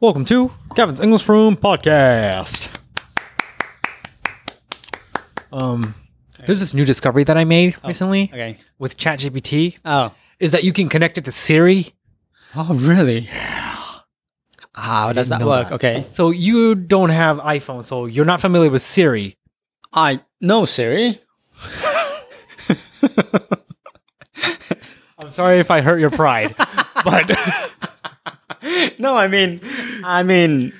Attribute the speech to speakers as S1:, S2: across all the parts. S1: Welcome to Kevin's English Room Podcast. Um, there's this new discovery that I made recently
S2: Okay.
S1: with ChatGPT
S2: Oh.
S1: is that you can connect it to Siri.
S2: Oh, really? How does
S1: didn't
S2: that
S1: know
S2: work?
S1: that.
S2: Okay.
S1: So you don't have iPhone, so you're not familiar with Siri.
S2: I no Siri.
S1: I'm sorry if I hurt your pride, but
S2: No, I mean, I mean.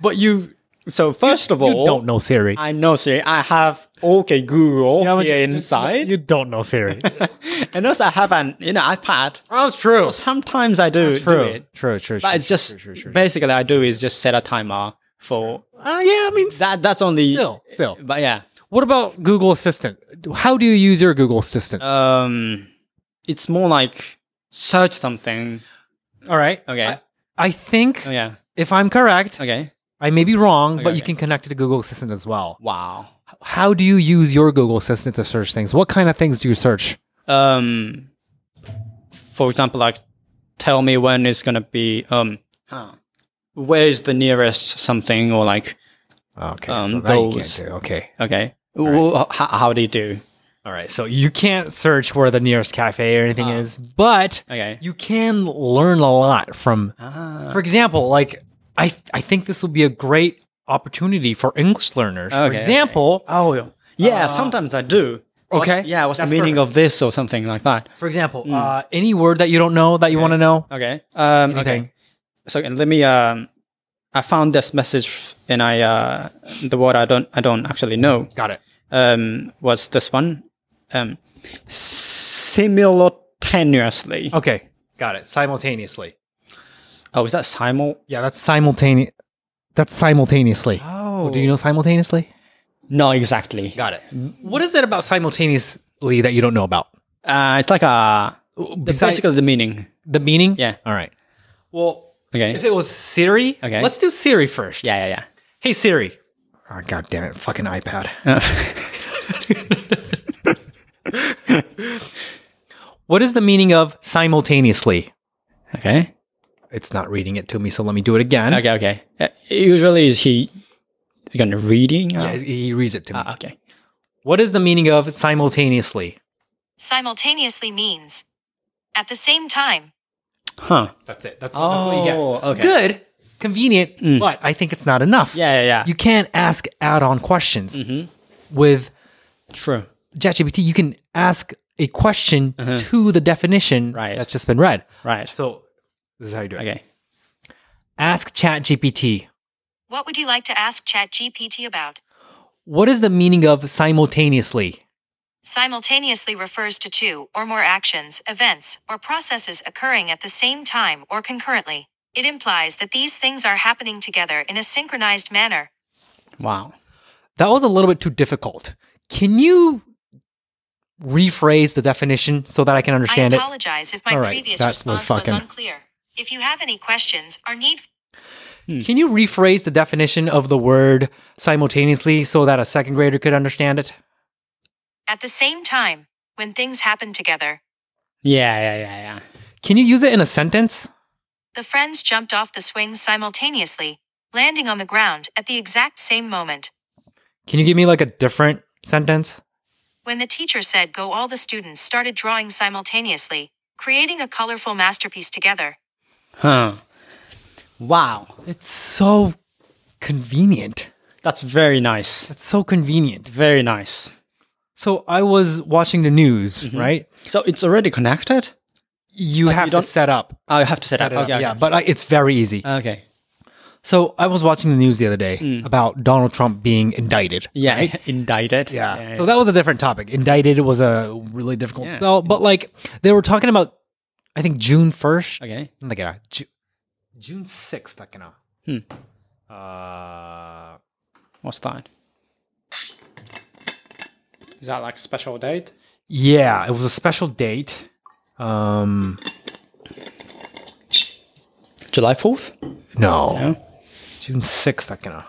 S1: but you
S2: So first of
S1: you
S2: all,
S1: don't know Siri.
S2: Oh. I know Siri. I have OK Google
S1: Yeah, but
S2: here
S1: you-
S2: inside,
S1: You don't know Siri.
S2: and also I have an you know iPad.
S1: That's true.
S2: Sometimes I do, do
S1: True.
S2: it,
S1: True. True.
S2: but it's just basically I do is just set a timer for
S1: uh, yeah. I mean,
S2: that. That's only
S1: still, still.
S2: But yeah,
S1: What about Google Assistant? How do you use your Google Assistant?
S2: um, it's more like search something.
S1: All right.
S2: Okay.
S1: I, I think
S2: Oh yeah.
S1: if I'm correct,
S2: Okay.
S1: I may be wrong,
S2: Okay,
S1: but you
S2: okay.
S1: can connect it to Google Assistant as well.
S2: Wow.
S1: How do you use your Google Assistant to search things? What kind of things do you search?
S2: um for example like tell me when it's gonna be um where is the nearest something or like
S1: Okay.
S2: Um,
S1: so that you can't
S2: those-
S1: do. Okay.
S2: okay well, how, how do you do
S1: All right. So you can't search where the nearest cafe or
S2: Ah.
S1: anything is, but
S2: okay
S1: you can learn a lot from
S2: ah,
S1: For example, like I I think this will be a great opportunity for English learners.
S2: Okay,
S1: for
S2: okay.
S1: example,
S2: oh yeah
S1: Uh,
S2: sometimes i do What's-
S1: okay,
S2: yeah what's the
S1: that's
S2: meaning of this or something like that
S1: for example, uh, any word that you don't know that you want to know.
S2: okay um
S1: Anything.
S2: okay so let me um i found this message and i uh the word i don't i don't actually know
S1: Got it.
S2: um was this one um simultaneously
S1: Okay, got it. Simultaneously.
S2: Oh, is that simul?
S1: Yeah, that's simultaneous. That's simultaneously.
S2: Oh,
S1: Do you know simultaneously?
S2: No, exactly.
S1: Got it. What is it about simultaneously that you don't know about?
S2: Uh, it's like a. It's
S1: Besides
S2: basically the meaning.
S1: the meaning.
S2: Yeah.
S1: All right. Well,
S2: Okay.
S1: if it was Siri,
S2: Okay.
S1: let's do Siri first.
S2: yeah, yeah,
S1: Hey Siri. Oh god damn it! Fucking iPad.
S2: yeah.
S1: What is the meaning of simultaneously?
S2: okay.
S1: It's not reading it to me, so let me do it again.
S2: Okay. Okay. Uh, usually, is he is he gonna reading?
S1: Yeah, he reads it to me.
S2: Uh, okay.
S1: What is the meaning of simultaneously?
S3: Simultaneously means at the same time.
S2: Huh.
S1: That's it. That's,
S2: Oh, okay. Mm.
S1: Good, convenient, but I think it's not enough.
S2: Yeah, yeah, yeah.
S1: You can't ask add-on questions
S2: Mm-hmm.
S1: with
S2: True.
S1: ChatGPT. You can ask a question to the definition
S2: Uh-huh. Right.
S1: that's just been read.
S2: Right.
S1: So this is how you do it.
S2: okay.
S1: Ask ChatGPT.
S3: What would you like to ask ChatGPT about?
S1: What is the meaning of simultaneously?
S3: Simultaneously refers to two or more actions, events, or processes occurring at the same time or concurrently. It implies that these things are happening together in a synchronized manner.
S2: Wow.
S1: That was a little bit too difficult. Can you rephrase the definition so that I can understand
S3: I
S1: it?
S3: apologize if my
S1: All right,
S3: previous
S1: that was
S3: response was,
S1: fucking-
S3: unclear. If you have any questions or need
S1: Can you rephrase the definition of the word simultaneously so that a second grader could understand it?
S3: at the same time, when things happen together,
S2: Yeah, yeah, yeah, yeah.
S1: Can you use it in a sentence?
S3: the friends jumped off the swing simultaneously, landing on the ground at the exact same moment.
S1: Can you give me like a different sentence?
S3: When the teacher said go, all the students started drawing simultaneously, creating a colorful masterpiece together.
S2: Huh. Wow.
S1: It's so convenient.
S2: That's very nice.
S1: It's so convenient.
S2: Very nice.
S1: So I was watching the news,
S2: Mm-hmm.
S1: right?
S2: So it's already connected.
S1: You have to
S2: don't-
S1: set up.
S2: Oh, I have to set,
S1: Set it
S2: up.
S1: up.
S2: Okay,
S1: Yeah, but I, it's very easy.
S2: okay. Okay.
S1: So I was watching the news the other day
S2: Mm.
S1: about Donald Trump being indicted.
S2: Yeah. Indicted.
S1: Yeah. So that was a different topic. Indicted was a really difficult
S2: Yeah.
S1: spell, but like they were talking about, I think June first.
S2: Okay.
S1: Like uh, Ju- June sixth, like uh,
S2: Hmm.
S1: uh,
S2: What's that? Is that like special date?
S1: yeah, it was a special date. Um,
S2: July fourth,
S1: no,
S2: No?
S1: June sixth, like uh,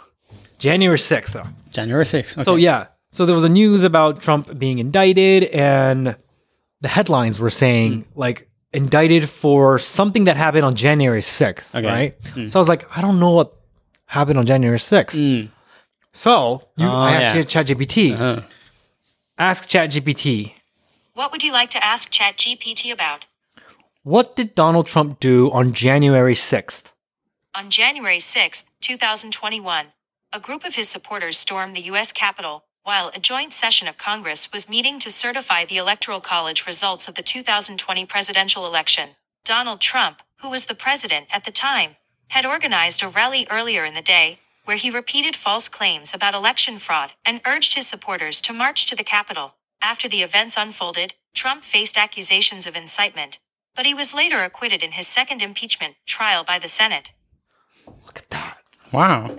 S1: January sixth. Uh.
S2: January sixth. Okay.
S1: So yeah, so there was a
S2: Hmm.
S1: news about Trump being indicted, and the headlines were saying like indicted for something that happened on January 6th,
S2: Okay. Hmm.
S1: right? So I was like, I don't know what happened on January 6th. So you,
S2: Oh,
S1: I asked
S2: yeah.
S1: ChatGPT,
S2: Uh-huh.
S1: ask ChatGPT,
S3: What would you like to ask ChatGPT about?
S1: what did Donald Trump do on January 6th?
S3: On January 6, 2021, a group of his supporters stormed the U.S. Capitol while a joint session of Congress was meeting to certify the Electoral College results of the 2020 presidential election. Donald Trump, who was the president at the time, had organized a rally earlier in the day where he repeated false claims about election fraud and urged his supporters to march to the Capitol. After the events unfolded, Trump faced accusations of incitement, but he was later acquitted in his second impeachment trial by the Senate.
S1: Look at that.
S2: Wow.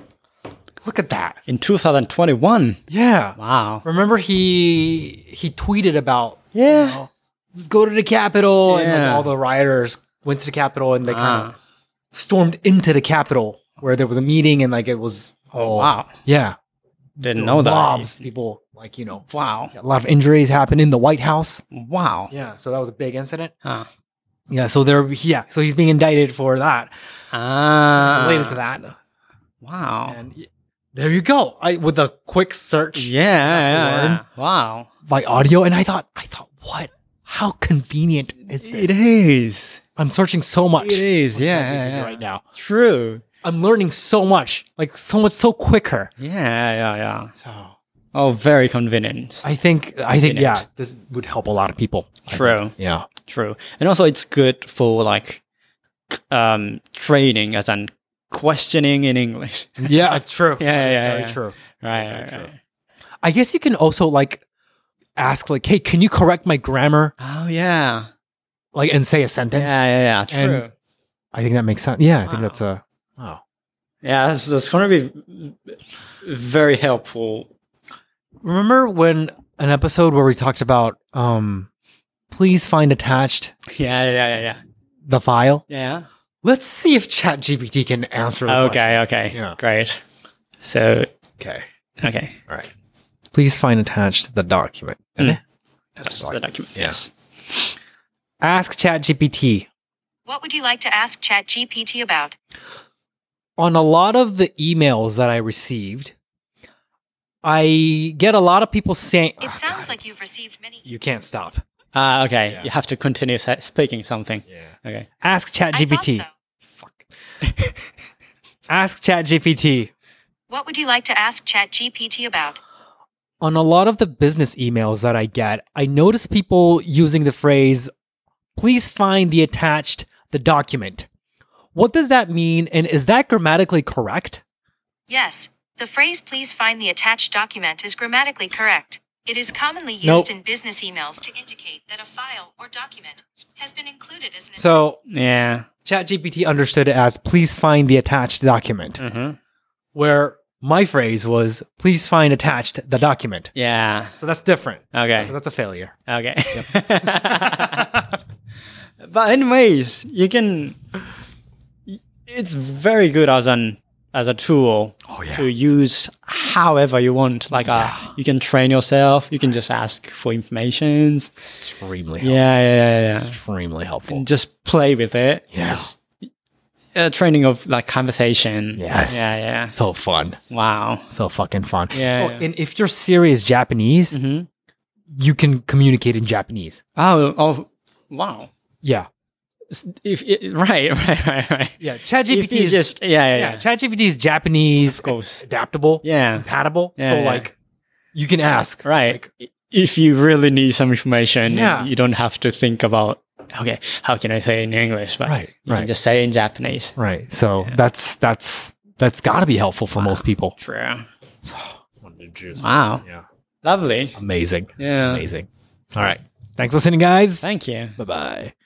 S1: Look at that.
S2: In 2021.
S1: Yeah.
S2: Wow.
S1: Remember he he tweeted about
S2: Yeah.
S1: "Let's go to the Capitol and like
S2: Yeah. Ah.
S1: all the rioters went to the Capitol and they kind of stormed into the Capitol where there was a meeting and like it was oh
S2: Wow.
S1: yeah
S2: Didn't know that.
S1: mobs people like you know
S2: Wow.
S1: a lot of injuries happened in the White House
S2: Wow.
S1: yeah so that was a big incident
S2: Huh.
S1: yeah so there yeah so he's being indicted for that
S2: Ah.
S1: related to that
S2: Wow.
S1: and y- there you go I with a quick search
S2: yeah,
S1: to
S2: yeah,
S1: learn.
S2: yeah. Wow.
S1: by audio and I thought I thought what how convenient is this
S2: It is.
S1: I'm searching so much
S2: It is.
S1: on
S2: Yeah,
S1: ChatGPT
S2: yeah, yeah.
S1: right now
S2: True.
S1: I'm learning so much, like so much, so quicker.
S2: Yeah, yeah, yeah.
S1: So
S2: Oh, very convenient.
S1: I think, I think,
S2: In it.
S1: yeah, this would help a lot of people. I
S2: True.
S1: think. Yeah.
S2: True. And also it's good for like um training as an questioning in English.
S1: Yeah. True.
S2: Yeah, yeah, yeah,
S1: Very
S2: yeah.
S1: true.
S2: Right.
S1: Very
S2: right,
S1: true.
S2: right.
S1: I guess you can also like ask, like, hey, can you correct my grammar,
S2: Oh yeah.
S1: like, and say a sentence?
S2: yeah, yeah, yeah. True.
S1: and- I think that makes sense. Yeah. I think
S2: Wow.
S1: that's a. Wow.
S2: yeah, that's, that's gonna be very helpful.
S1: Remember when an episode where we talked about, um, please find attached
S2: Yeah, yeah, yeah, yeah.
S1: the file.
S2: Yeah.
S1: Let's see if ChatGPT can answer. The
S2: Okay, okay.
S1: Yeah.
S2: Great. So
S1: Question. Okay.
S2: okay.
S1: All right. Please find attached the document.
S2: Mm.
S1: Attached
S2: That's the
S1: document.
S2: document.
S1: Yeah.
S2: Yes.
S1: Ask ChatGPT.
S3: What would you like to ask ChatGPT about?
S1: On a lot of the emails that I received, I get a lot of people saying,
S3: It
S1: Ah,
S3: sounds
S1: God,
S3: like you've received many.
S1: you can't stop."
S2: Ah, okay.
S1: Yeah.
S2: You have to continue sa- speaking something.
S1: Yeah.
S2: Okay.
S1: Ask
S3: I thought
S1: ChatGPT.
S3: so.
S1: Fuck. Ask ChatGPT.
S3: What would you like to ask ChatGPT about?
S1: On a lot of the business emails that I get, I notice people using the phrase, "Please find the attached the document." What does that mean, and is that grammatically correct?
S3: Yes, the phrase please find the attached document is grammatically correct. It is commonly used
S1: Nope.
S3: in business emails to indicate that a file or document has been included as an
S1: So
S2: Yeah.
S1: ChatGPT understood it as please find the attached document,
S2: Mm-hmm.
S1: where my phrase was please find attached the document.
S2: Yeah.
S1: So that's different.
S2: Okay.
S1: That's a failure.
S2: Okay. but anyways, you can. It's very good as an as a tool
S1: Oh, yeah.
S2: to use however you want. Like uh, you can train yourself. You can just ask for informations.
S1: Extremely
S2: Yeah, yeah, yeah, yeah.
S1: Extremely helpful.
S2: And just play with it.
S1: Yeah.
S2: Just, uh, training of like conversation.
S1: Yes.
S2: Yeah, yeah.
S1: So fun.
S2: Wow.
S1: So fucking fun.
S2: Yeah,
S1: Oh,
S2: yeah.
S1: And if you're serious Japanese,
S2: Mhm.
S1: you can communicate in Japanese.
S2: Oh, oh, wow.
S1: Yeah.
S2: S- If it, right, right, right, right.
S1: Yeah.
S2: If
S1: ChatGPT
S2: you
S1: is
S2: just yeah, yeah,
S1: yeah,
S2: yeah.
S1: ChatGPT is Japanese
S2: Of course.
S1: adaptable,
S2: Yeah.
S1: compatible.
S2: Yeah,
S1: so
S2: yeah.
S1: like you can ask.
S2: Right.
S1: Like,
S2: if you really need some information,
S1: Yeah.
S2: you don't have to think about okay, how can I say it in English? But
S1: Right,
S2: you
S1: right.
S2: can just say it in Japanese.
S1: Right. So
S2: Yeah.
S1: that's that's that's got to be helpful for most people.
S2: True.
S1: Wow.
S2: Wow.
S1: Yeah.
S2: Lovely.
S1: Amazing.
S2: Yeah.
S1: Amazing. All right. Thanks for listening, guys.
S2: Thank you.
S1: Bye bye.